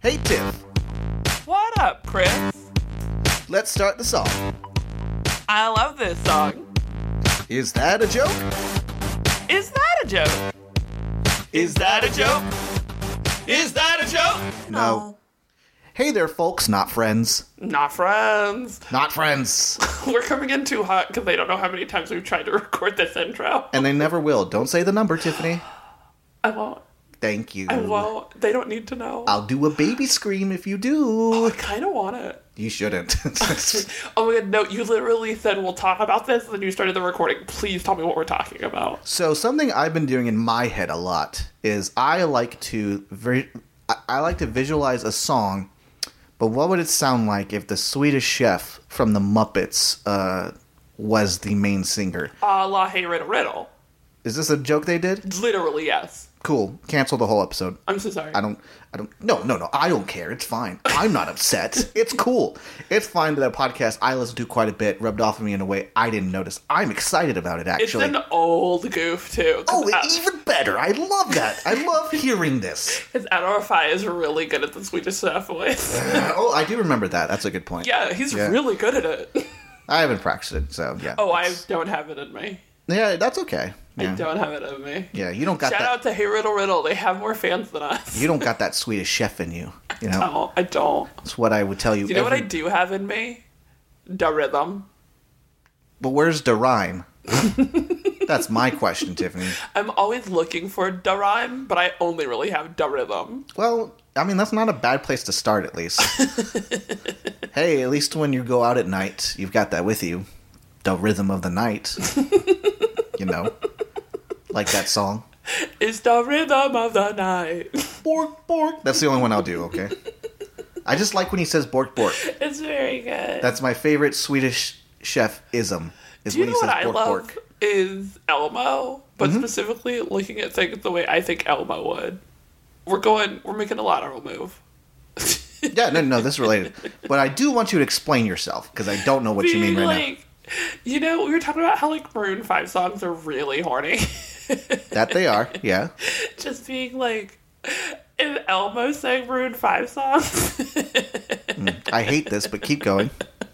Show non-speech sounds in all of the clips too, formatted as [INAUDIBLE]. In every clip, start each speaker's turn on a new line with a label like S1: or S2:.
S1: Hey Tiff,
S2: What up, Chris?
S1: let's start the song.
S2: I love this song.
S1: Is that a joke?
S2: Is that a joke?
S1: Is that a joke?
S2: Is that a joke?
S1: No. Hey there, folks, not friends.
S2: Not friends. [LAUGHS]
S1: Not friends.
S2: We're coming in too hot because they don't know how many times we've tried to [LAUGHS] record this intro.
S1: and they never will. Don't say the number, Tiffany.
S2: I won't.
S1: Thank you.
S2: I won't. They don't need to know.
S1: Mm. I'll do a baby scream if you do.
S2: I kind of want it.
S1: You shouldn't. [LAUGHS]
S2: Oh my god, no, you literally said we'll talk about this and then you started the recording. Please tell me what we're talking about.
S1: so something I've been doing in my head a lot is I like to vi- I-, I like to visualize a song, but what would it sound like if the Swedish Chef from the Muppets uh, was the main singer?
S2: Ah, la hey riddle riddle.
S1: Is this a joke they did?
S2: Literally, yes.
S1: Cool. Cancel the whole episode.
S2: I'm so sorry.
S1: I don't. I don't. No, no, no. I don't care. It's fine. I'm not
S2: [LAUGHS]
S1: upset. It's cool. It's fine that a podcast I listen to quite a bit rubbed off on me in a way I didn't notice. I'm excited about it
S2: it's
S1: actually.
S2: an uh, old goof too. 'cause
S1: oh, it,
S2: Ad-
S1: even better. I love that. I
S2: [LAUGHS]
S1: love hearing this.
S2: His NRFI is really good at the Swedish chef [LAUGHS] voice.
S1: Oh, I do remember that. That's a good point.
S2: yeah, he's
S1: Yeah.
S2: really good at it.
S1: I haven't practiced it, so yeah.
S2: Oh, [LAUGHS] I
S1: It's-
S2: don't have it in me.
S1: Yeah, that's okay. Yeah,
S2: I don't have it in me.
S1: yeah. You don't got
S2: Shout
S1: that.
S2: out to Hey Riddle Riddle. They have more fans than us.
S1: You don't got that Swedish chef in you. You know,
S2: No, I don't.
S1: that's what I would tell you.
S2: You know what I
S1: every-
S2: Oh. do have in me? Da rhythm.
S1: But where's the
S2: [LAUGHS]
S1: rhyme? that's my question, Tiffany.
S2: I'm always looking for da rhyme, but I only really have da rhythm.
S1: Well, I mean, that's not a bad place to start, at
S2: [LAUGHS]
S1: least. hey, at least when you go out at night, you've got that with you. The rhythm of the
S2: [LAUGHS]
S1: night. you know? Like that song.
S2: It's the rhythm of the night. [LAUGHS]
S1: Bork, bork. That's the only one I'll do, okay? I just like when he says bork, bork.
S2: It's very good.
S1: That's my favorite Swedish chef ism. Is
S2: do you
S1: when
S2: know
S1: he says
S2: what
S1: Mm-hmm.
S2: I
S1: bork,
S2: love?
S1: bork.
S2: Is Elmo, but specifically looking at things the way I think Elmo would. We're going, we're making a lateral move. [LAUGHS]
S1: Yeah, no, no, this is related. But I do want you to explain yourself because I don't know what you mean right
S2: Being
S1: now.
S2: like, you know, we were talking about how like Maroon Five songs are really horny. [LAUGHS]
S1: That they are, yeah.
S2: Just being like, is Elmo sang Maroon Five songs?
S1: I hate this, but keep going.
S2: [LAUGHS]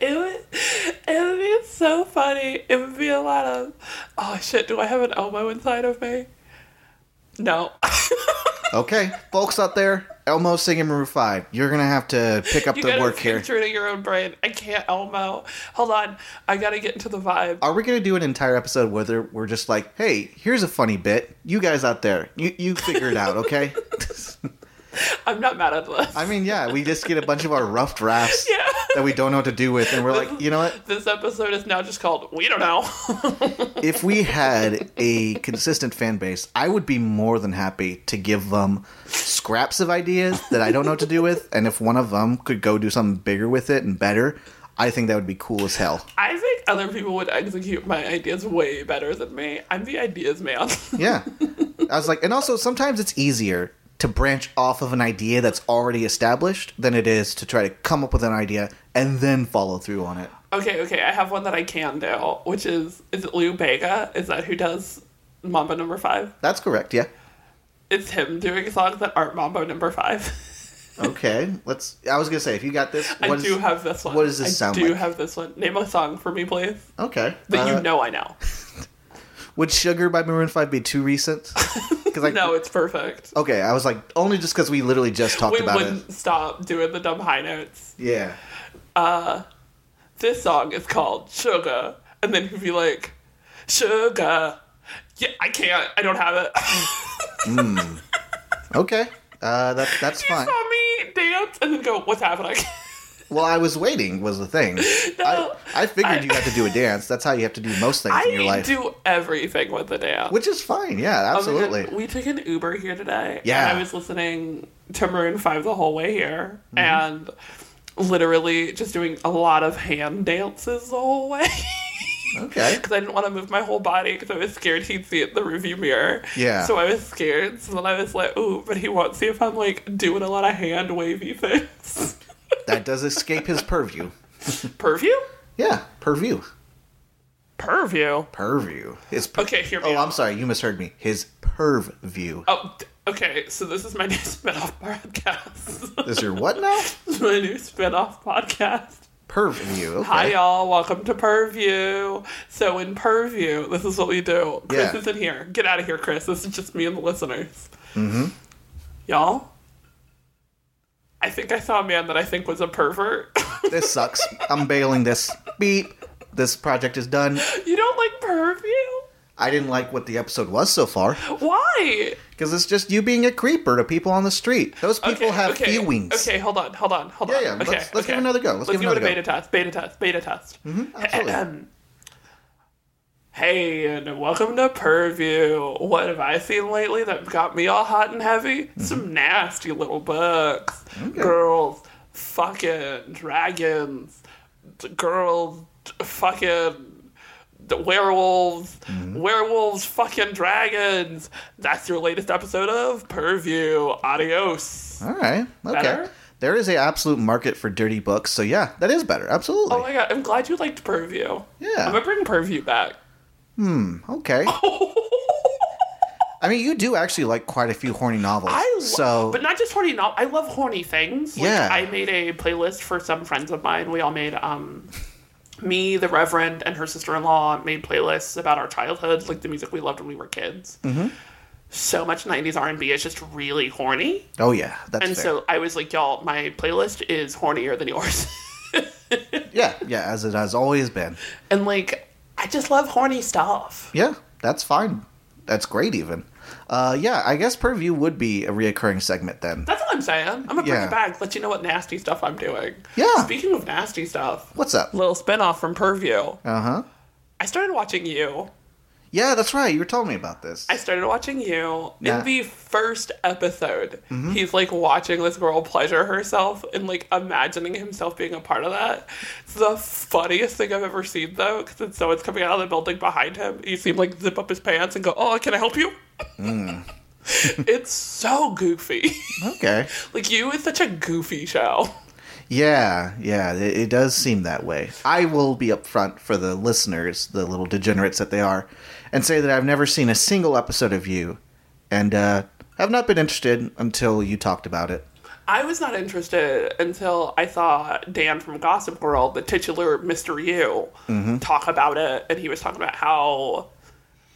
S2: it would, it would be so funny. It would be a lot of, oh shit, do I have an Elmo inside of me? No. [LAUGHS]
S1: Okay, folks out there, Elmo singing Maroon 5. You're going to have to pick up
S2: you
S1: the
S2: gotta
S1: work here.
S2: True to your own brain. I can't Elmo. Hold on, I gotta get into the vibe.
S1: Are we going to do an entire episode where there- we're just like, hey, here's a funny bit. You guys out there, you, you figure it out,
S2: [LAUGHS]
S1: okay?
S2: I'm not mad at this.
S1: I mean, yeah, we just get a bunch of our rough drafts
S2: Yeah.
S1: that we don't know what to do with, and we're like, you know what?
S2: [LAUGHS] This episode is now just called We Don't Know. [LAUGHS]
S1: If we had a consistent fan base, I would be more than happy to give them scraps of ideas that I don't know what to do with, and if one of them could go do something bigger with it and better, I think that would be cool as hell.
S2: I think other people would execute my ideas way better than me. I'm the ideas man. [LAUGHS]
S1: Yeah. I was like, and also sometimes it's easier to branch off of an idea that's already established than it is to try to come up with an idea and then follow through on it.
S2: okay, okay, I have one that I can do, which is is it Lou Bega? Is that who does Mambo number five?
S1: That's correct, yeah.
S2: It's him doing songs that aren't Mambo number five. [LAUGHS]
S1: Okay, let's. I was gonna say, if you got this,
S2: I
S1: what is-
S2: do have this one.
S1: what does this
S2: I
S1: sound
S2: do
S1: like?
S2: have this one. Name a song for me, please.
S1: Okay,
S2: That
S1: uh,
S2: you know I know.
S1: Would "Sugar" by Maroon Five be too
S2: [LAUGHS]
S1: recent? Because like,
S2: No, it's perfect.
S1: okay, I was like, only just because we literally just talked
S2: We
S1: about
S2: wouldn't
S1: it.
S2: stop doing the dumb high notes.
S1: Yeah.
S2: This song is called Sugar. And then he'd be like, Sugar. Yeah, I can't. I don't have it. [LAUGHS]
S1: Okay. Uh, that
S2: [LAUGHS]
S1: that's
S2: you
S1: fine.
S2: saw me dance and then go, what's happening? [LAUGHS]
S1: Well, I was waiting was the thing.
S2: No.
S1: I, I figured
S2: I-
S1: you had to do a dance. That's how you have to do most things in your
S2: I
S1: life.
S2: do everything with the dance.
S1: Which is fine, yeah,
S2: Oh my God,
S1: absolutely.
S2: we took an Uber here today.
S1: Yeah.
S2: And I was listening to Maroon 5 the whole way here.
S1: Mm-hmm.
S2: And literally just doing a lot of hand dances the whole way. [LAUGHS]
S1: okay.
S2: Because I didn't want to move my whole body because I was scared he'd see it in the rearview mirror.
S1: Yeah.
S2: So I was scared. So then I was like, ooh, but he won't see if I'm like doing a lot of hand wavy things.
S1: That does escape his [LAUGHS] purview.
S2: Purview?
S1: Yeah, purview.
S2: Purview.
S1: Purview. His pur-
S2: Okay, hear me
S1: Oh,
S2: out.
S1: I'm sorry, you misheard me. His purview.
S2: Oh, th- Okay, so this is my new [LAUGHS] spinoff podcast. [LAUGHS]
S1: This is your what now?
S2: this is my new spinoff podcast. [LAUGHS]
S1: Purview. Okay.
S2: Hi, y'all. Welcome to Purview. So, in Purview, this is what we do. Chris
S1: Yeah.
S2: isn't here. Get out of here, Chris. This is just me and the listeners.
S1: Mm-hmm.
S2: Y'all, I think I saw a man that I think was a pervert. [LAUGHS]
S1: This sucks. I'm bailing this. Beep. This project is done.
S2: you don't like Purview?
S1: I didn't like what the episode was so far
S2: Why?
S1: because it's just you being a creeper to people on the street. Those people have
S2: okay,
S1: feelings.
S2: Okay, hold on, hold on, hold
S1: Yeah,
S2: on.
S1: yeah,
S2: Okay,
S1: let's- let's
S2: okay.
S1: give another go, let's give
S2: give, it a
S1: another go.
S2: beta test. Beta test. Beta test. Mm-hmm,
S1: absolutely.
S2: hey, and welcome to Purview. What have I seen lately that got me all hot and heavy?
S1: Mm-hmm.
S2: Some nasty little books. Girls, fucking dragons. D- Girls, d- fucking the werewolves,
S1: Mm-hmm.
S2: werewolves, fucking dragons. That's your latest episode of Purview. Adios.
S1: All right. Okay.
S2: Better?
S1: There is a absolute market for dirty books, so yeah, that is better. Absolutely.
S2: Oh my god, I'm glad you liked Purview.
S1: Yeah.
S2: I'm gonna bring Purview back. [LAUGHS]
S1: okay. I mean, you do actually like quite a few horny novels.
S2: I lo-
S1: so
S2: but not just horny no I love horny things. Like,
S1: Yeah.
S2: I made a playlist for some friends of mine. We all made um me, the Reverend, and her sister in law made playlists about our childhood, like the music we loved when we were kids. Mm-hmm. So much nineties R and B is just really horny.
S1: oh yeah, that's
S2: And
S1: fair.
S2: so I was like, Y'all, my playlist is hornier than yours. [LAUGHS]
S1: yeah, yeah, as it has always been.
S2: and like I just love horny stuff.
S1: Yeah, that's fine. That's great, even. Uh, yeah, I guess purview would be a reoccurring segment then.
S2: That's all I'm saying. I'm gonna bring
S1: Yeah.
S2: it back, let you know what nasty stuff I'm doing.
S1: Yeah.
S2: Speaking of nasty stuff,
S1: What's up?
S2: little spinoff from Purview.
S1: Uh huh.
S2: I started watching you.
S1: Yeah, that's right. You were telling me about this.
S2: I started watching you
S1: Yeah.
S2: in the first episode. He's like watching this girl pleasure herself and like imagining himself being a part of that. It's the funniest thing I've ever seen though, because it's someone's coming out of the building behind him. You see him like zip up his pants and go, "Oh, can I help you?" [LAUGHS] it's so goofy. [LAUGHS]
S1: Okay.
S2: like you is such a goofy show.
S1: Yeah, yeah, it, it does seem that way. I will be upfront for the listeners, the little degenerates that they are, and say that I've never seen a single episode of you, and uh, have not been interested until you talked about it.
S2: I was not interested until I saw Dan from Gossip Girl, the titular Mr. You, talk about it. And he was talking about how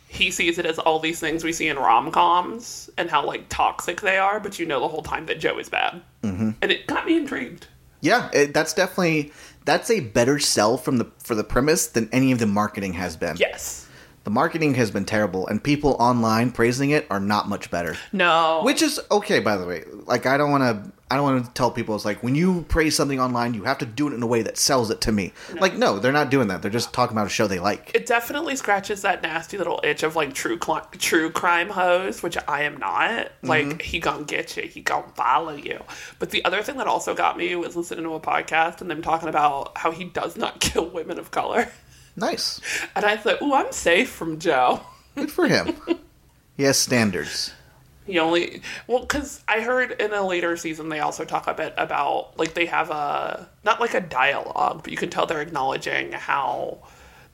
S2: he sees it as all these things we see in rom coms and how like toxic they are, but you know the whole time that Joe is bad. Mm-hmm. And it got me intrigued.
S1: Yeah, it, that's definitely that's a better sell from the for the premise than any of the marketing has been.
S2: Yes.
S1: The marketing has been terrible, and people online praising it are not much better.
S2: No.
S1: Which is okay, by the way. Like, I don't want to. I don't want to tell people it's like when you praise something online, you have to do it in a way that sells it to me. Like, no, they're not doing that. They're just talking about a show they like.
S2: it definitely scratches that nasty little itch of like true cli true crime hoes, which I am not. Like he gonna get you, he gonna follow you. But the other thing that also got me was listening to a podcast and them talking about how he does not [LAUGHS] kill women of color,
S1: Nice,
S2: and I thought, ooh, I'm safe from Joe.
S1: good for him. he has standards.
S2: He only well, because I heard in a later season they also talk a bit about like they have a not like a dialogue, but you can tell they're acknowledging how.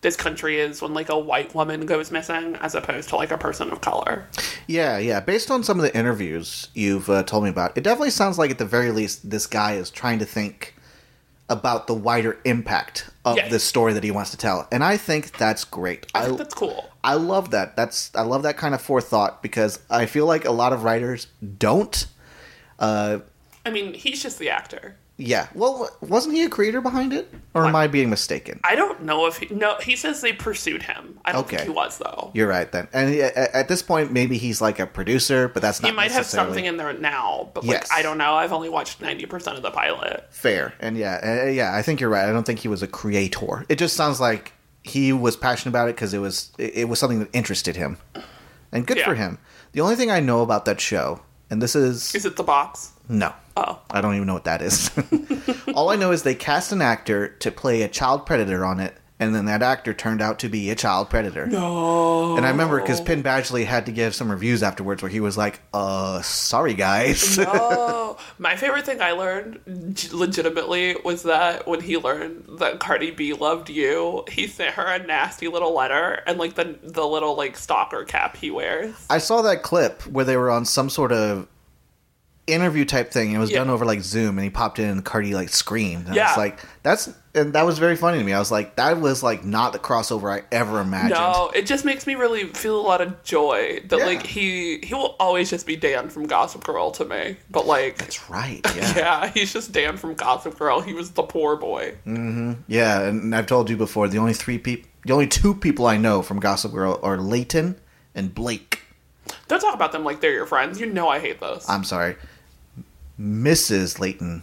S2: This country is when like a white woman goes missing, as opposed to like a person of color.
S1: Yeah, yeah. Based on some of the interviews you've uh, told me about, it definitely sounds like at the very least this guy is trying to think about the wider impact of
S2: Yeah.
S1: the story that he wants to tell, and I think that's great.
S2: I think that's cool.
S1: I love that. That's I love that kind of forethought because I feel like a lot of writers don't.
S2: I mean, he's just the actor.
S1: Yeah. Well, wasn't he a creator behind it, or am I being mistaken?
S2: I don't know if he no. He says they pursued him. I don't
S1: Okay.
S2: think he was though.
S1: You're right then. And a- a- at this point, maybe he's like a producer, but that's not
S2: He might have
S1: necessarily
S2: something in there now, but like
S1: Yes.
S2: I don't know. I've only watched ninety percent of the pilot.
S1: fair. And yeah, uh, yeah, I think you're right. I don't think he was a creator. It just sounds like he was passionate about it because it was it it was something that interested him, and good
S2: Yeah.
S1: for him. The only thing I know about that show, and this is
S2: Is it the box?
S1: No.
S2: Oh.
S1: I [LAUGHS] don't even know what that is. All I know is they cast an actor to play a child predator on it, and then that actor turned out to be a child predator.
S2: No.
S1: And I remember because Penn Badgley had to give some reviews afterwards where he was like, "Uh, sorry guys."
S2: oh, my favorite thing I learned, g- legitimately, was that when he learned that Cardi B loved you, he sent her a nasty little letter and like the the little like stalker cap he wears.
S1: [LAUGHS] I saw that clip where they were on some sort of interview type thing. And it was
S2: Yeah.
S1: done over like Zoom, and he popped in, and Cardi like screamed. And I
S2: Yeah.
S1: was like, "That's," and that was very funny to me. I was like, "That was like not the crossover I ever imagined."
S2: No, it just makes me really feel a lot of joy that
S1: Yeah.
S2: like he he will always just be Dan from Gossip Girl to me, but like.
S1: That's right. Yeah. yeah.
S2: Yeah, [LAUGHS] he's just Dan from Gossip Girl. He was the poor boy.
S1: And I've told you before, the only three people, the only two people I know from Gossip Girl are Leighton and Blake.
S2: Don't talk about them like they're your friends. You know I hate those.
S1: I'm sorry, Mrs. Leighton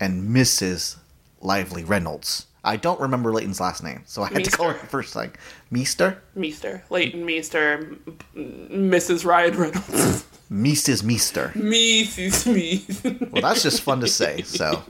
S1: and Mrs. Lively Reynolds. I don't remember Leighton's last name, so I had to call her [LAUGHS]
S2: Meester.
S1: first thing. Meester?
S2: Meester, Leighton Meester, M- Mrs. Ryan Reynolds. [LAUGHS]
S1: Meester's Meester.
S2: Mrs. [LAUGHS] Meester.
S1: Well, that's just fun to say.
S2: [LAUGHS]
S1: So,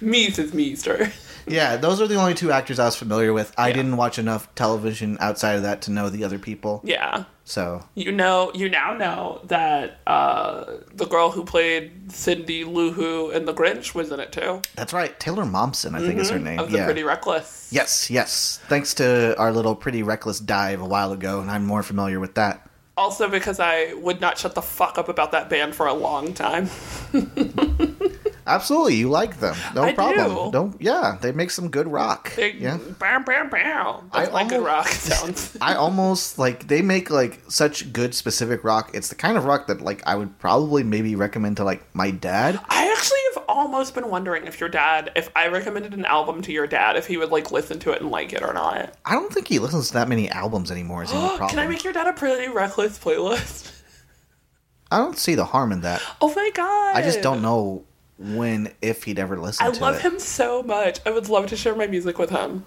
S2: Mrs. Meester.
S1: yeah, those are the only two actors I was familiar with. I didn't watch enough television outside of that to know the other people.
S2: Yeah.
S1: So,
S2: You know, you now know that uh, the girl who played Cindy Lou Who in The Grinch was in it too.
S1: that's right. Taylor Momsen, I think is her name.
S2: Mm-hmm. Of the
S1: yeah.
S2: Pretty Reckless.
S1: yes, yes. Thanks to our little pretty reckless dive a while ago, and I'm more familiar with that.
S2: Also because I would not shut the fuck up about that band for a long time.
S1: Absolutely, you like them. No
S2: I
S1: problem.
S2: do.
S1: Don't. Yeah, they make some good rock.
S2: They,
S1: yeah.
S2: Bam, bam, bam. That's
S1: I
S2: like good
S1: almost- [LAUGHS]
S2: rock sounds.
S1: I almost like they make like such good specific rock. It's the kind of rock that like I would probably maybe recommend to like my dad.
S2: I actually have almost been wondering if your dad, if I recommended an album to your dad, if he would like listen to it and like it or not.
S1: I don't think he listens to that many albums anymore. Is any problem?
S2: [GASPS] Can I make your dad a pretty reckless playlist? [LAUGHS]
S1: I don't see the harm in that.
S2: Oh my god!
S1: I just don't know when, if he'd ever listen
S2: I
S1: to
S2: love
S1: it.
S2: him so much. I would love to share my music with him.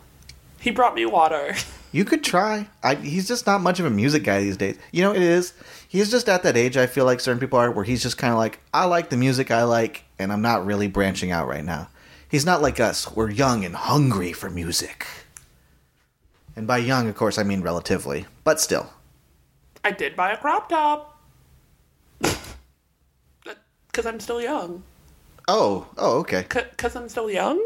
S2: He brought me water. [LAUGHS]
S1: You could try. I, he's just not much of a music guy these days. You know, it is. He's just at that age. I feel like certain people are where he's just kind of like, I like the music I like, and I'm not really branching out right now. He's not like us. We're young and hungry for music. And by young, of course, I mean relatively, but still.
S2: I did buy a crop top. [LAUGHS] Because I'm still young.
S1: Oh, oh, okay.
S2: Because I'm still young?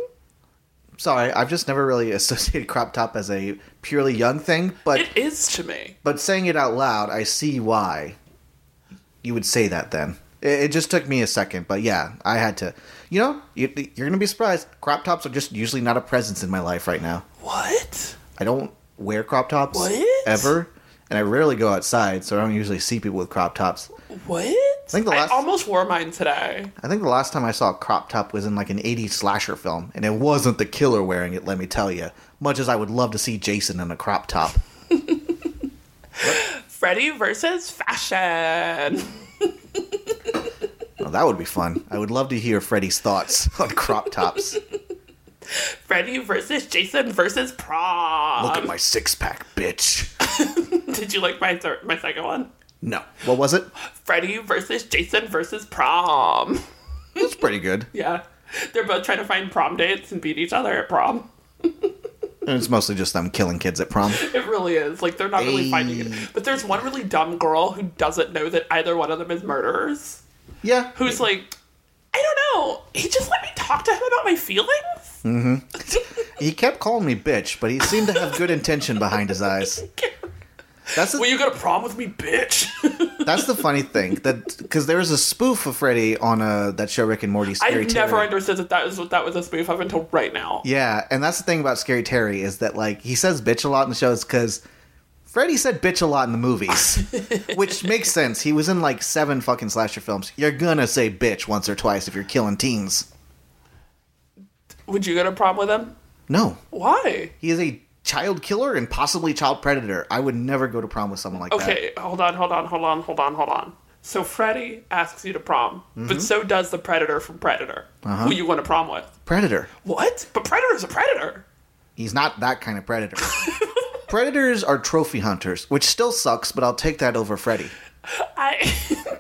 S1: Sorry, I've just never really [LAUGHS] associated crop top as a purely young thing, but
S2: It is to me.
S1: But saying it out loud, I see why you would say that then. It, it just took me a second, but yeah, I had to. You know, you, you're going to be surprised. Crop tops are just usually not a presence in my life right now.
S2: What?
S1: I don't wear crop tops
S2: What?
S1: ever, and I rarely go outside, so I don't usually see people with crop tops.
S2: What? I
S1: think the last-
S2: almost wore mine today.
S1: I think the last time I saw a crop top was in like an 80s slasher film, and it wasn't the killer wearing it, let me tell you. Much as I would love to see Jason in a crop top.
S2: Freddy versus fashion.
S1: Well, that would be fun. I would love to hear Freddy's thoughts [LAUGHS] on crop tops.
S2: Freddy versus Jason versus prom.
S1: Look at my six pack, bitch.
S2: Did you like my third, my second one?
S1: No. What was it?
S2: Freddy versus Jason versus prom. [LAUGHS]
S1: It's pretty good.
S2: Yeah. They're both trying to find prom dates and beat each other at prom.
S1: And it's mostly just them killing kids at prom.
S2: It really is. Like, they're not really finding it. But there's one really dumb girl who doesn't know that either one of them is murderers,
S1: Yeah.
S2: who's like, I don't know. He just let me talk to him about my feelings?
S1: [LAUGHS] He kept calling me bitch, but he seemed to have good intention behind his eyes. That's the,
S2: Will you go to prom with me,
S1: [LAUGHS]
S2: bitch?
S1: that's the funny thing that because there was a spoof of Freddy on uh that show Rick and Morty.
S2: I
S1: Scary Terry.
S2: never understood that that was what that was a spoof of until right now.
S1: Yeah, and that's the thing about Scary Terry is that like he says bitch a lot in the shows because Freddy said bitch a lot in the [LAUGHS] movies, which makes sense. He was in like seven fucking slasher films. You're gonna say bitch once or twice if you're killing teens.
S2: Would you go to prom with him?
S1: No,
S2: Why?
S1: He is a child killer and possibly child predator. I would never go to prom with someone like that.
S2: Okay, hold on, hold on, hold on, hold on, hold on. So Freddy asks you to prom,
S1: Mm-hmm.
S2: but so does the predator from Predator,
S1: Uh-huh.
S2: who you want to prom with.
S1: Predator.
S2: What? But Predator's a predator.
S1: He's not that kind of predator. Predators are trophy hunters, which still sucks, but I'll take that over Freddy.
S2: I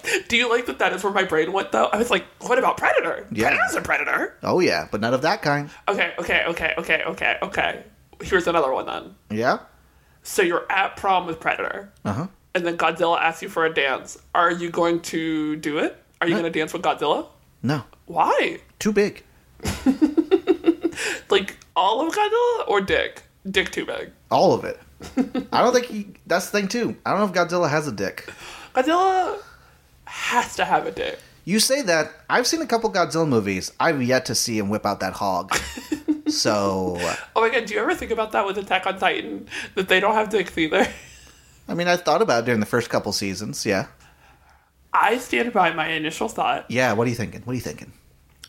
S2: [LAUGHS] do you like that? That is where my brain went though. I was like, what about Predator?
S1: Yeah.
S2: Predator's a predator.
S1: Oh yeah, but none of that kind.
S2: Okay, okay, okay, okay, okay, okay. here's another one then.
S1: Yeah.
S2: So you're at prom with Predator,
S1: Uh huh.
S2: and then Godzilla asks you for a dance. Are you going to do it? Are you going to dance with Godzilla?
S1: No.
S2: Why?
S1: Too big.
S2: Like all of Godzilla or Dick? Dick too big.
S1: All of it. I don't think he. That's the thing too. I don't know if Godzilla has a dick.
S2: Godzilla has to have a dick.
S1: You say that. I've seen a couple Godzilla movies. I've yet to see him whip out that hog. so,
S2: Oh my god, do you ever think about that with Attack on Titan? That they don't have dicks either? [LAUGHS]
S1: I mean, I thought about it during the first couple seasons. Yeah.
S2: I stand by my initial thought.
S1: Yeah. What are you thinking? What are you thinking?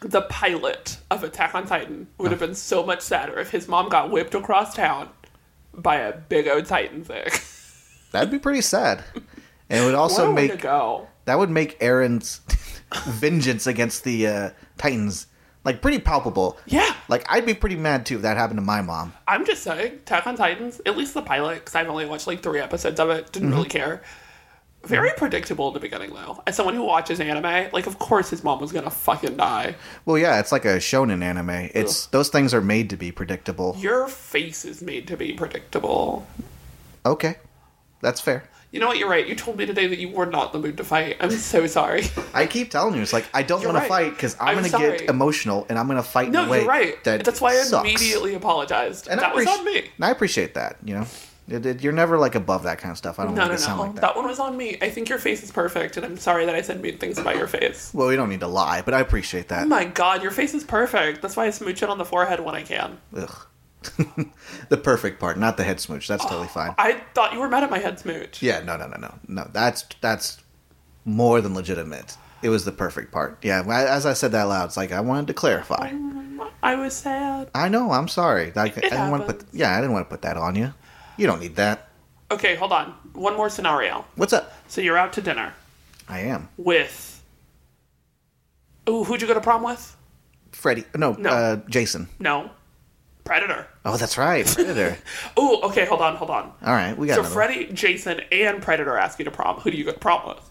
S2: The pilot of Attack on Titan would have been so much sadder if his mom got whipped across town by a big old Titan dick.
S1: That'd be pretty sad. And it would
S2: what
S1: also
S2: a way to
S1: make
S2: go.
S1: that would make Aaron's [LAUGHS] vengeance against the uh, Titans like pretty palpable.
S2: Yeah,
S1: Like I'd be pretty mad too if that happened to my mom.
S2: I'm just saying, Attack on Titans, at least the pilot, because I've only watched like three episodes of it, didn't
S1: Mm-hmm.
S2: really care. Very predictable in the beginning, though. As someone who watches anime, like, of course his mom was gonna fucking die.
S1: Well, yeah, it's like a shonen anime. It's those things are made to be predictable.
S2: Your face is made to be predictable.
S1: Okay, that's fair.
S2: You know what? You're right. You told me today that you were not in the mood to fight. I'm [LAUGHS] so sorry.
S1: I keep telling you, it's like I don't
S2: You're
S1: want
S2: right.
S1: to fight because I'm,
S2: I'm
S1: gonna
S2: sorry.
S1: get emotional and I'm gonna fight.
S2: No,
S1: in a way
S2: you're right.
S1: That
S2: That's why I
S1: sucks.
S2: immediately apologized.
S1: And I
S2: that was
S1: appreci-
S2: on me.
S1: And I appreciate that. You know, It- it- you're never like above that kind of stuff. I don't
S2: No,
S1: want
S2: no,
S1: it to sound
S2: no.
S1: like
S2: that.
S1: that.
S2: one was on me. I think your face is perfect, and I'm sorry that I said mean things about your face.
S1: Well, we don't need to lie, but I appreciate that.
S2: Oh my god, your face is perfect. That's why I smooch it on the forehead when I can.
S1: Ugh. [LAUGHS] the perfect part, not the head smooch. That's
S2: Oh.
S1: totally fine.
S2: I thought you were mad at my head smooch.
S1: Yeah, no, no, no, no, no. That's that's more than legitimate. It was the perfect part. Yeah, I- as I said that loud, it's like I wanted to clarify.
S2: I was sad.
S1: I know. I'm sorry. I, I didn't want to put.
S2: happens.
S1: Yeah, I didn't want to put that on you. You don't need that.
S2: Okay, hold on. One more scenario.
S1: What's up?
S2: So you're out to dinner
S1: I am
S2: with. Ooh, who'd you go to prom with?
S1: Freddy. No, Uh, Jason.
S2: No. Predator.
S1: Oh, that's right,
S2: [LAUGHS]
S1: Predator.
S2: Ooh, okay, hold on, hold on.
S1: All right, we got
S2: So
S1: another
S2: Freddy, Jason, and Predator ask you to prom. Who do you go to prom with?
S1: one.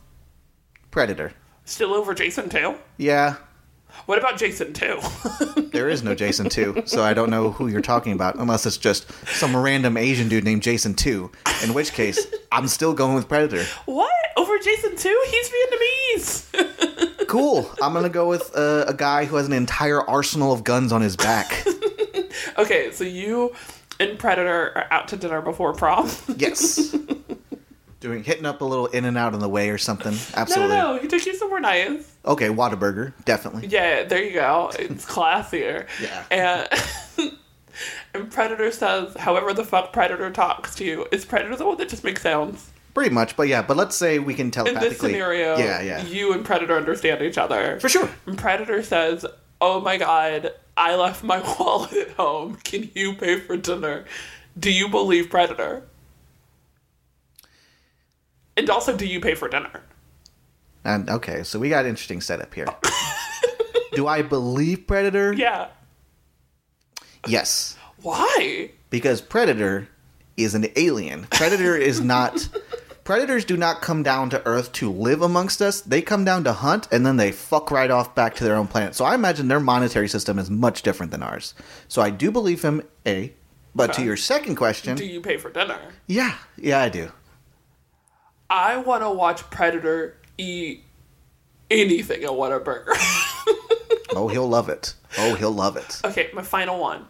S1: Predator.
S2: Still over Jason too?
S1: Yeah,
S2: What about Jason too? [LAUGHS]
S1: there is no Jason two, so I don't know who you're talking about, unless it's just some random Asian dude named Jason two. In which case, I'm still going with Predator.
S2: what? Over Jason too? He's Vietnamese. [LAUGHS]
S1: Cool. I'm gonna go with uh, a guy who has an entire arsenal of guns on his back.
S2: okay, so you and Predator are out to dinner before prom. [LAUGHS]
S1: Yes. Doing hitting up a little in and out on the way or something.
S2: no, no,
S1: Absolutely.
S2: no. He took you somewhere nice.
S1: Okay, Whataburger, definitely.
S2: Yeah, there you go.
S1: [LAUGHS]
S2: It's classier.
S1: Yeah.
S2: And, [LAUGHS] and Predator says, however the fuck Predator talks to you, is Predator the one that just makes sounds?
S1: Pretty much, but yeah. But let's say we can
S2: In
S1: telepathically.
S2: this scenario,
S1: yeah, yeah,
S2: you and Predator understand each other.
S1: for sure.
S2: And Predator says, oh my god, I left my [LAUGHS] wallet at home. Can you pay for dinner? Do you believe Predator? And also, do you pay for dinner?
S1: And okay, so we got an interesting setup
S2: [LAUGHS]
S1: here. Do I believe Predator?
S2: Yeah.
S1: Yes,
S2: Why?
S1: because Predator is an alien. Predator is
S2: [LAUGHS]
S1: not. Predators do not come down to Earth to live amongst us. They come down to hunt, and then they fuck right off back to their own planet. So I imagine their monetary system is much different than ours. So I do believe him. A, but to
S2: Okay.
S1: your second question,
S2: Do you pay for dinner?
S1: yeah, yeah, I do.
S2: I want to watch Predator eat anything at Whataburger.
S1: Oh, he'll love it. Oh, he'll love it.
S2: [LAUGHS] okay, my final one.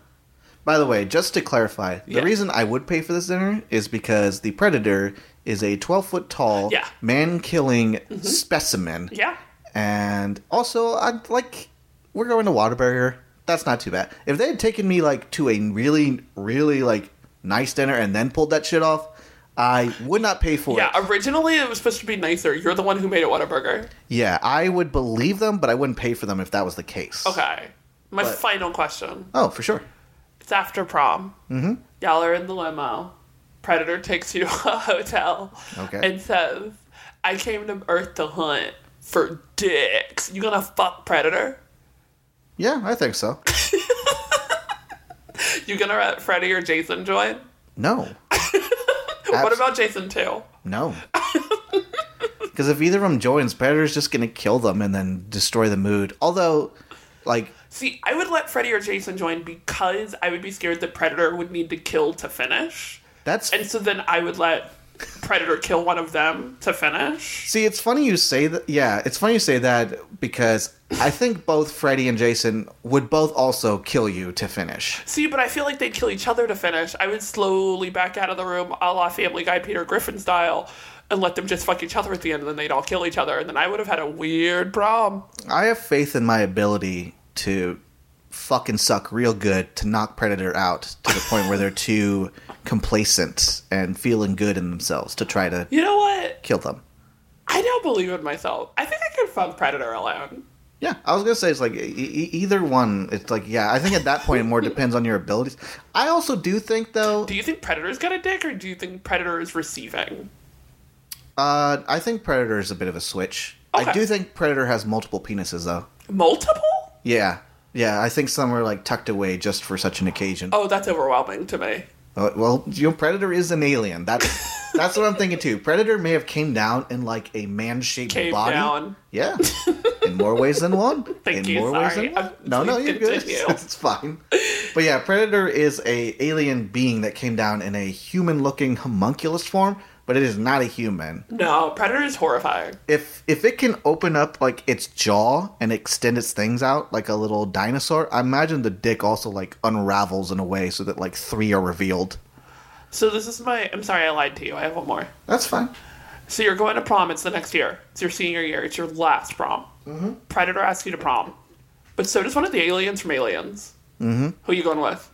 S1: By the way, just to clarify, the
S2: Yeah.
S1: reason I would pay for this dinner is because the predator is a 12 foot tall,
S2: Yeah. Mm-hmm.
S1: man killing specimen.
S2: Yeah.
S1: And also, I'd like, we're going to Whataburger. That's not too bad. If they had taken me, like, to a really, really, like, nice dinner and then pulled that shit off, I would not pay for
S2: Yeah,
S1: it.
S2: originally it was supposed to be nicer. You're the one who made it Whataburger.
S1: Yeah, I would believe them, but I wouldn't pay for them if that was the case.
S2: Okay. My
S1: But-
S2: final question.
S1: Oh, for sure.
S2: It's after prom. Mm-hmm. Y'all are in the limo. Predator takes you [LAUGHS] to a hotel
S1: Okay.
S2: and says, I came to Earth to hunt for dicks. You gonna fuck Predator?
S1: Yeah, I think so.
S2: You gonna let Freddy or Jason join? [LAUGHS]
S1: No.
S2: What about Jason too?
S1: No.
S2: [LAUGHS]
S1: Because if either of them joins, Predator's just going to kill them and then destroy the mood. Although, like,
S2: See, I would let Freddy or Jason join because I would be scared that Predator would need to kill to finish.
S1: That's
S2: And so then I would let Predator kill one of them to finish.
S1: See, it's funny you say that. Yeah, it's funny you say that because I think both Freddy and Jason would both also kill you to finish.
S2: See, but I feel like they'd kill each other to finish. I would slowly back out of the room, a la Family Guy Peter Griffin style, and let them just fuck each other at the end, and then they'd all kill each other, and then I would have had a weird prom.
S1: I have faith in my ability to fucking suck real good to knock Predator out to the point where they're too complacent and feeling good in themselves to try to
S2: You know what?
S1: kill them.
S2: I don't believe in myself. I think I could fuck Predator alone.
S1: Yeah, I was gonna say it's like e- e- either one. It's like yeah, I think at that point it more depends on your abilities. I also do think though,
S2: Do you think Predator's got a dick, or do you think Predator is receiving?
S1: uh, I think Predator is a bit of a switch. I
S2: Okay.
S1: do think Predator has multiple penises though.
S2: Multiple?
S1: Yeah. Yeah, I think some are like tucked away just for such an occasion.
S2: Oh, that's overwhelming to me.
S1: Uh, well, you know, Predator is an alien.
S2: [LAUGHS]
S1: That's that's what I'm thinking too. Predator may have came down in like a man-shaped
S2: Came
S1: body.
S2: down. [LAUGHS]
S1: Yeah, in more ways than one.
S2: Thank
S1: in
S2: you,
S1: More
S2: sorry.
S1: Ways than one.
S2: I'm-
S1: No, no,
S2: please
S1: you're good. [LAUGHS]
S2: continue.
S1: it's fine. But yeah, Predator is a alien being that came down in a human-looking homunculus form, but it is not a human
S2: No, Predator is horrifying.
S1: if if it can open up like its jaw and extend its things out like a little dinosaur, I imagine the dick also like unravels in a way so that like three are revealed.
S2: So this is my. I'm sorry, I lied to you. I have one more.
S1: That's fine.
S2: So you're going to prom. It's the next year. It's your senior year. It's your last prom.
S1: Mm-hmm.
S2: Predator asks you to prom, but so does one of the aliens from Aliens. Mm-hmm. Who you going with?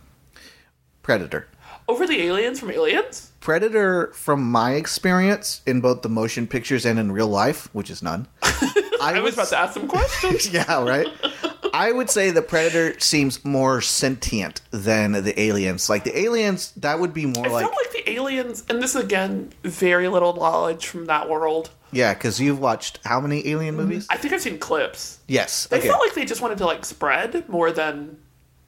S1: Predator.
S2: Over the aliens from Aliens?
S1: Predator, from my experience in both the motion pictures and in real life, which is
S2: [LAUGHS]
S1: none.
S2: I was about to ask some questions.
S1: Yeah, right. I would say the predator seems more sentient than the aliens. Like the aliens, that would be more [LAUGHS]
S2: I
S1: like
S2: felt like the aliens, and this again, very little knowledge from that world.
S1: yeah, because you've watched how many alien movies?
S2: I think I've seen clips.
S1: yes,
S2: Mm-hmm. They
S1: okay.
S2: felt like they just wanted to like spread more than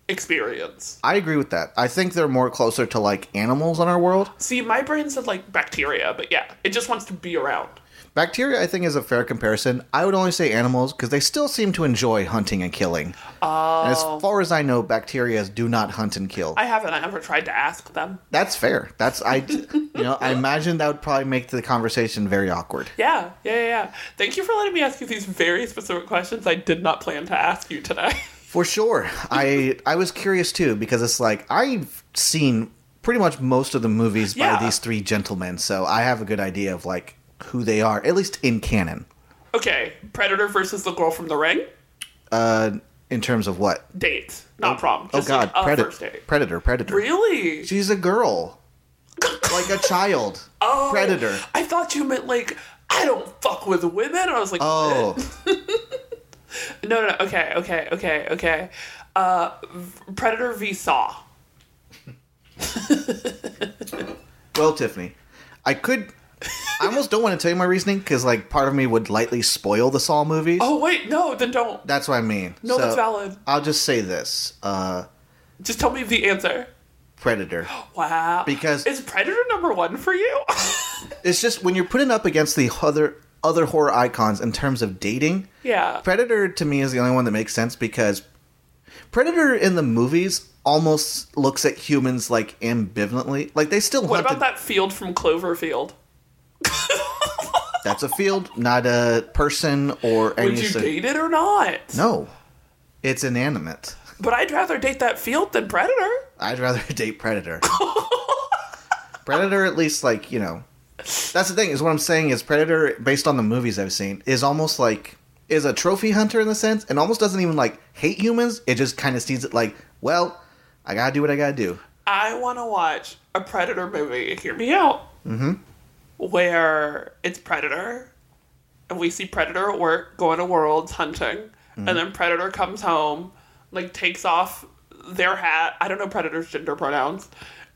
S2: experience.
S1: I agree with that. I think they're more closer to like animals on our world.
S2: See, my brain said like bacteria, but yeah, it just wants to be around.
S1: Bacteria, I think, is a fair comparison. I would only say animals because they still seem to enjoy hunting and killing. And as far as I know, bacteria do not hunt and kill.
S2: Oh. I haven't ever tried to ask them.
S1: That's fair. That's I, you know, I imagine that would probably make the conversation very awkward.
S2: Yeah, yeah, yeah, yeah. Thank you for letting me ask you these very specific questions I did not plan to ask you today. [LAUGHS]
S1: For sure. I I was curious too because it's like I've seen pretty much most of the movies
S2: Yeah.
S1: by these three gentlemen, so I have a good idea of like who they are, at least in canon.
S2: okay, Predator versus the girl from the ring.
S1: Uh, in terms of what?
S2: Date, not prom.
S1: Oh
S2: Just
S1: God,
S2: like a
S1: Predat-
S2: first date.
S1: predator, predator.
S2: Really?
S1: She's a girl, like a child.
S2: [LAUGHS] Oh,
S1: predator.
S2: I thought you meant like I don't fuck with women. I was like, what?
S1: Oh,
S2: No, no, no. Okay, okay, okay, okay. Uh, v- Predator v Saw.
S1: well, Tiffany, I could. I almost don't want to tell you my reasoning because, like, part of me would lightly spoil the Saw movies.
S2: Oh wait, no, then don't.
S1: That's what I mean.
S2: No, that's valid.
S1: I'll just say this: uh,
S2: Just tell me the answer.
S1: Predator.
S2: Wow.
S1: Because-
S2: is Predator number one for you? [LAUGHS]
S1: It's just when you're putting up against the other other horror icons in terms of dating.
S2: yeah.
S1: Predator to me is the only one that makes sense because Predator in the movies almost looks at humans like ambivalently. Like they still
S2: what
S1: hunt
S2: about
S1: and-
S2: that field from Cloverfield?
S1: That's a field, not a person or any.
S2: Would you
S1: sort-
S2: date it or not?
S1: No, it's inanimate.
S2: But I'd rather date that field than Predator.
S1: I'd rather [LAUGHS] date
S2: [LAUGHS]
S1: predator. predator, at least, like you know, that's the thing. Is what I'm saying is predator, based on the movies I've seen, is almost like is a trophy hunter in the sense, and almost doesn't even like hate humans. It just kind of sees it like, well, I gotta do what I gotta do.
S2: I want to watch a Predator movie. Hear me out. Mm-hmm. Where it's Predator, and we see Predator at work going to worlds hunting, and then Predator comes home, like takes off their hat. I don't know Predator's gender pronouns,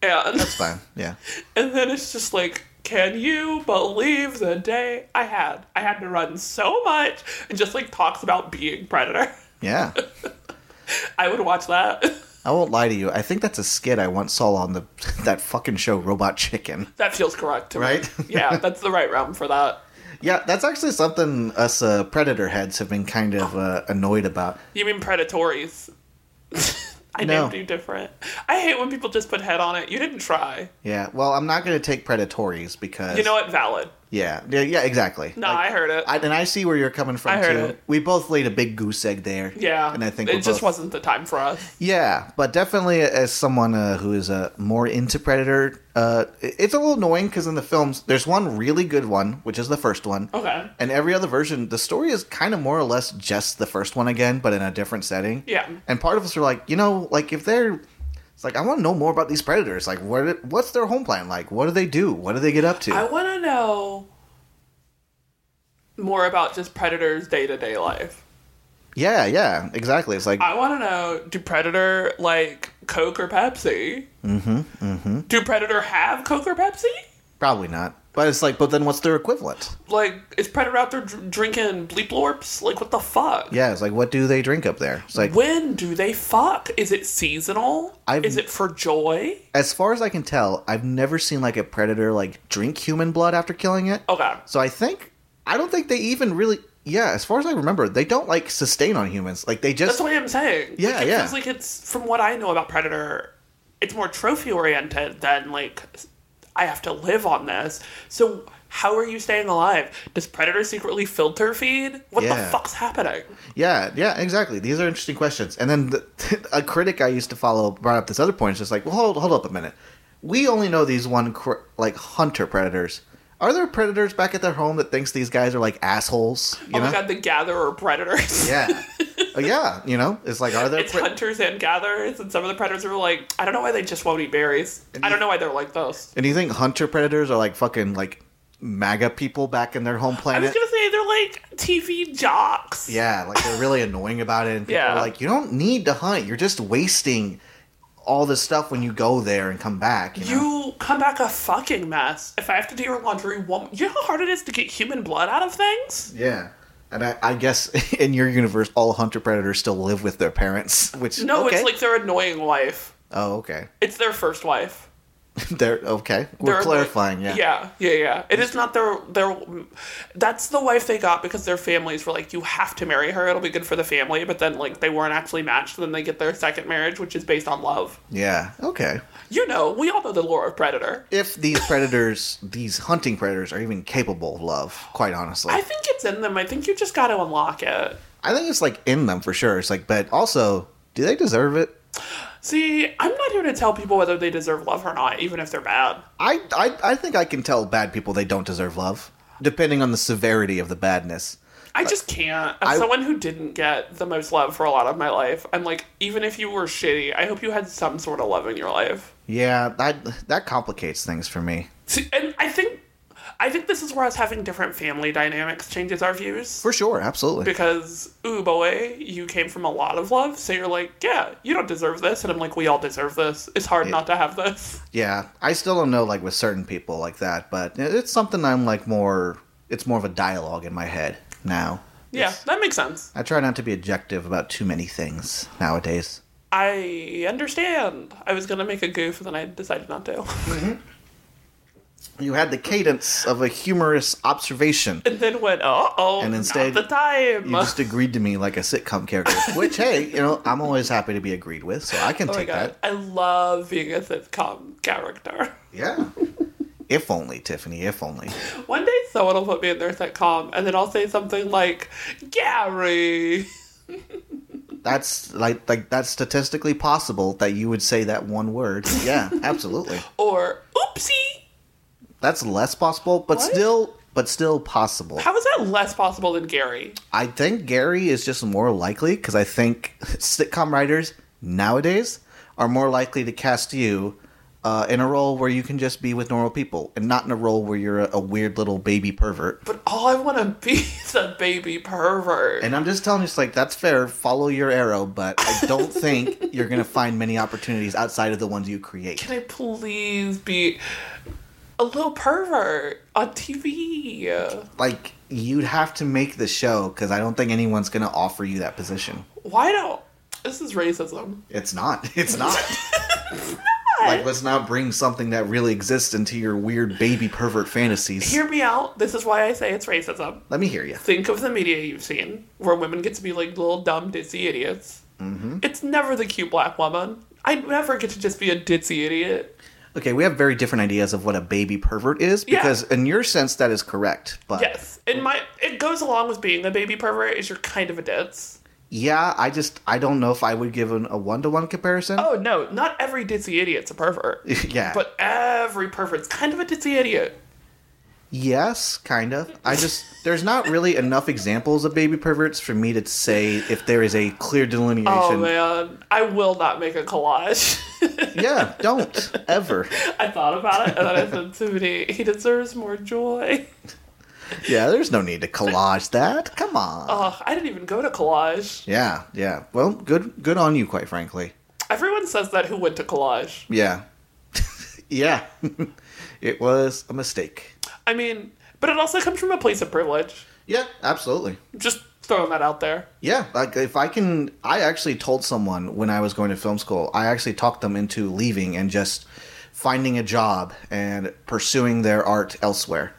S2: and
S1: It's fine. Yeah.
S2: and then it's just like. Can you believe the day I had? I had to run so much and just like talks about being predator. [LAUGHS]
S1: Yeah.
S2: I would watch that. [LAUGHS]
S1: I won't lie to you. I think that's a skit I once saw on the [LAUGHS] that fucking show Robot Chicken.
S2: that feels correct to me.
S1: Right? [LAUGHS]
S2: yeah, that's the right realm for that.
S1: Yeah, that's actually something us uh, predator heads have been kind of uh, annoyed about.
S2: You mean predatories? [LAUGHS] I
S1: No.
S2: named you different. I hate when people just put head on it. You didn't try.
S1: Yeah. Well, I'm not going to take predatories because
S2: You know what? Valid.
S1: Yeah. Yeah. Yeah. Exactly.
S2: No,
S1: Like,
S2: I heard it.
S1: I, and I see where you're coming from
S2: I heard
S1: too.
S2: it.
S1: We both laid a big goose egg there.
S2: yeah.
S1: And I think
S2: it
S1: we're
S2: just
S1: both-
S2: wasn't the time for us.
S1: Yeah, but definitely as someone uh, who is uh, more into Predator, uh, it- it's a little annoying because in the films, there's one really good one, which is the first one,
S2: Okay.
S1: and every other version, the story is kind of more or less just the first one again, but in a different setting.
S2: Yeah.
S1: And part of us are like, you know, like if they're, it's like I want to know more about these predators. Like, what? are- What's their home plan? Like, what do they do? What do they get up to?
S2: I want to know more about just predators' day to day life.
S1: yeah, yeah, exactly. It's like,
S2: I want to know: Do predator like Coke or Pepsi? Mm-hmm. Mm-hmm. Do predator have Coke or Pepsi?
S1: Probably not. But it's like, but then what's their equivalent?
S2: Like, is predator out there dr- drinking bleep lorps? Like, what the fuck?
S1: Yeah, it's like, what do they drink up there? It's like,
S2: When do they fuck? Is it seasonal?
S1: I've-
S2: Is it for joy?
S1: as far as I can tell, I've never seen like a predator like drink human blood after killing it.
S2: Okay.
S1: So I think, I don't think they even really, yeah, as far as I remember, they don't like sustain on humans. Like they just,
S2: That's what I'm saying.
S1: Yeah,
S2: like, it
S1: yeah.
S2: Feels like it's from what I know about Predator, it's more trophy oriented than like I have to live on this. So how are you staying alive? Does Predator secretly filter feed? What
S1: Yeah.
S2: the fuck's happening?
S1: yeah, yeah, exactly. These are interesting questions. And then the, [LAUGHS] a critic I used to follow brought up this other point. It's just like, well, hold, hold up a minute. We only know these one cr- like hunter predators. Are there predators back at their home that thinks these guys are like assholes? You
S2: oh
S1: know?
S2: my god, the gatherer predators.
S1: Yeah. Uh, yeah, you know, it's like are there
S2: [LAUGHS] It's
S1: pre-
S2: hunters and gatherers, and some of the predators are like, I don't know why they just won't eat berries. I don't know why they're like those.
S1: And you think hunter predators are like fucking like MAGA people back in their home
S2: I was
S1: planet?
S2: gonna say they're like TV jocks.
S1: Yeah, like they're really annoying about it and people
S2: Yeah.
S1: are like you don't need to hunt. You're just wasting all this stuff when you go there and come back, you know?
S2: You come back a fucking mess. If I have to do your laundry one, you know how hard it is to get human blood out of things.
S1: yeah. And I, I guess [LAUGHS] in your universe, all hunter predators still live with their parents, [LAUGHS] which
S2: No,
S1: okay.
S2: it's like their annoying wife.
S1: oh okay, [LAUGHS]
S2: It's their first wife.
S1: they're okay. We're
S2: They're
S1: clarifying, yeah.
S2: yeah, yeah, yeah. It is not their their. That's the wife they got because their families were like, you have to marry her. It'll be good for the family. But then like they weren't actually matched. And then they get their second marriage, which is based on love.
S1: yeah, okay.
S2: You know, we all know the lore of predator.
S1: If these predators, [LAUGHS] these hunting predators, are even capable of love, quite honestly,
S2: I think it's in them. I think you just got to unlock it.
S1: I think it's like in them for sure. It's like, but also, do they deserve it?
S2: See, I'm not here to tell people whether they deserve love or not, even if they're bad.
S1: I, I, I think I can tell bad people they don't deserve love, depending on the severity of the badness.
S2: I just can't. As
S1: I-
S2: someone who didn't get the most love for a lot of my life, I'm like, even if you were shitty, I hope you had some sort of love in your life.
S1: Yeah, that that complicates things for me
S2: See, And I think, I think this is where us having different family dynamics changes our views.
S1: for sure. Absolutely.
S2: Because ooh boy, you came from a lot of love, so you're like, yeah, you don't deserve this, and I'm like, we all deserve this. It's hard not to have this.
S1: Yeah, I still don't know like with certain people like that, but it- it's something I'm like more. It's more of a dialogue in my head now.
S2: Yeah, that makes sense.
S1: I try not to be objective about too many things nowadays.
S2: I understand. I was gonna make a goof, and then I decided not to. [LAUGHS]
S1: You had the cadence of a humorous observation.
S2: and then went, uh oh,
S1: And
S2: and
S1: instead,
S2: instead not the time.
S1: You just agreed to me like a sitcom
S2: [LAUGHS]
S1: character, which hey, you know, I'm always happy to be agreed with, so I can
S2: Oh my
S1: take
S2: god,
S1: that.
S2: I love being a sitcom character. [LAUGHS]
S1: Yeah. if only, Tiffany. If only.
S2: One day someone will put me in their sitcom and then I'll say something like, Gary.
S1: That's like like that's statistically possible that you would say that one word. Yeah, absolutely.
S2: Or, oopsie.
S1: That's less possible, but
S2: What?
S1: still, but still possible.
S2: How is that less possible than Gary?
S1: I think Gary is just more likely because I think [LAUGHS] sitcom writers nowadays are more likely to cast you uh, in a role where you can just be with normal people and not in a role where you're a, a weird little baby pervert.
S2: But all I want to be [LAUGHS] is a baby pervert.
S1: And I'm just telling you, it's like that's fair. Follow your arrow, but I
S2: [LAUGHS]
S1: don't think you're gonna find many opportunities outside of the ones you create.
S2: Can I please be a little pervert on TV?
S1: Like you'd have to make the show because I don't think anyone's gonna offer you that position.
S2: Why don't. This is racism.
S1: It's not. [LAUGHS] It's
S2: [LAUGHS]
S1: not. like let's not bring something that really exists into your weird baby pervert fantasies.
S2: Hear me out. This is why I say it's racism.
S1: Let me hear you.
S2: Think of the media you've seen where women get to be like little dumb, ditzy idiots. It's never the cute black woman. I never get to just be a ditzy idiot.
S1: Okay, we have very different ideas of what a baby pervert is
S2: Yeah.
S1: because, in your sense, that is correct. But
S2: Yes, and my it goes along with being a baby pervert is you're kind of a ditz.
S1: yeah, I just I don't know if I would give an, a one to one comparison.
S2: Oh no, not every ditzy idiot's a pervert,
S1: [LAUGHS] yeah,
S2: but every pervert's kind of a ditzy idiot.
S1: yes, kind of. I just there's not really enough examples of baby perverts for me to say if there is a clear delineation.
S2: Oh man, I will not make a collage. [LAUGHS]
S1: Yeah, don't ever.
S2: I thought about it and then I said, Sooty, he deserves more joy.
S1: Yeah, there's no need to collage that. Come on.
S2: Ugh, I didn't even go to collage.
S1: Yeah, yeah. Well, good good on you quite frankly.
S2: Everyone says that who went to collage.
S1: Yeah. [LAUGHS] yeah. [LAUGHS] it was a mistake.
S2: I mean, but it also comes from a place of privilege.
S1: Yeah, absolutely.
S2: Just throwing that out there.
S1: Yeah, like if I can I actually told someone when I was going to film school, I actually talked them into leaving and just finding a job and pursuing their art elsewhere.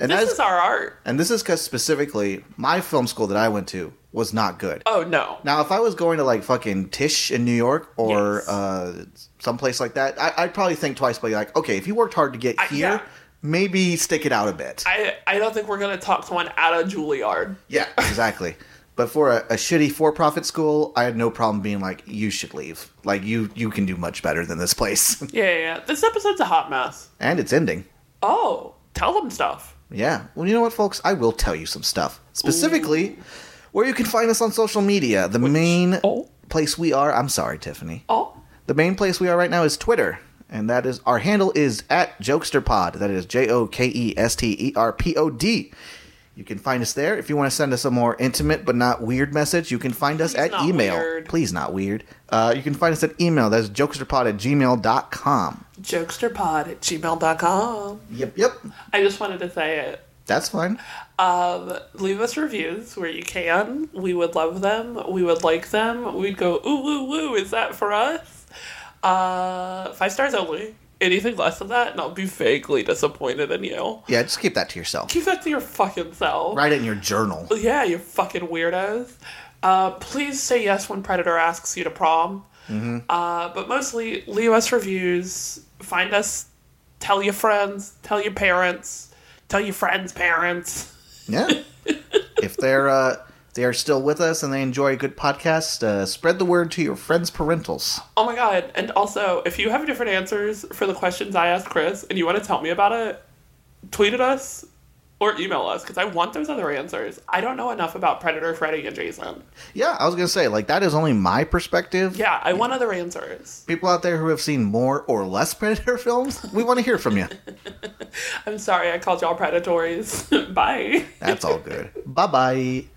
S1: And
S2: This
S1: that's
S2: is our art.
S1: and this is cuz specifically my film school that I went to was not good.
S2: Oh no.
S1: Now, if I was going to like fucking Tish in New York or
S2: Yes.
S1: uh, someplace like that, I, I'd probably think twice. But like, okay, if you worked hard to get
S2: I-
S1: here,
S2: yeah.
S1: maybe stick it out a bit.
S2: I, I don't think we're gonna talk someone out of Juilliard. [LAUGHS]
S1: yeah, exactly. But for a, a shitty for-profit school, I had no problem being like, you should leave. Like you, you can do much better than this place. [LAUGHS]
S2: Yeah, yeah, yeah. This episode's a hot mess.
S1: and it's ending.
S2: Oh, tell them stuff.
S1: Yeah. Well, you know what, folks? I will tell you some stuff specifically where you can find us on social media. The main
S2: oh.
S1: place we are. I'm sorry, Tiffany.
S2: Oh,
S1: The main place we are right now is Twitter, and that is our handle is at JokesterPod. That is J O K E S T E R P O D. You can find us there. If you want to send us a more intimate but not weird message, you can find us
S2: Please
S1: at
S2: not
S1: email.
S2: weird.
S1: Please not weird. Uh, you can find us at email. That's jokesterpod at gmail.com.
S2: jokesterpod at gmail.com.
S1: Yep, yep.
S2: I just wanted to say it.
S1: That's fine.
S2: Um, leave us reviews where you can. We would love them. We would like them. We'd go, ooh, woo, woo, is that for us? Uh, five stars only. Anything less than that, and I'll be vaguely disappointed in you.
S1: Yeah, just keep that to yourself.
S2: Keep that to your fucking self.
S1: Write it in your journal.
S2: Yeah, you fucking weirdos. Uh, please say yes when Predator asks you to prom. Uh, but mostly, leave us reviews. Find us. Tell your friends. Tell your parents. Tell your friends' parents. [LAUGHS]
S1: Yeah. if they're uh, if they are still with us and they enjoy a good podcast, uh, spread the word to your friends' parentals.
S2: Oh my god. And also, if you have different answers for the questions I asked Chris and you want to tell me about it, tweet at us or email us because I want those other answers. I don't know enough about Predator, Freddy, and Jason.
S1: Yeah, I was gonna say like that is only my perspective.
S2: Yeah, I want other answers.
S1: people out there who have seen more or less [LAUGHS] Predator films, we want to hear from you.
S2: I'm sorry I called y'all predatories. [LAUGHS] Bye.
S1: That's all good. Bye bye.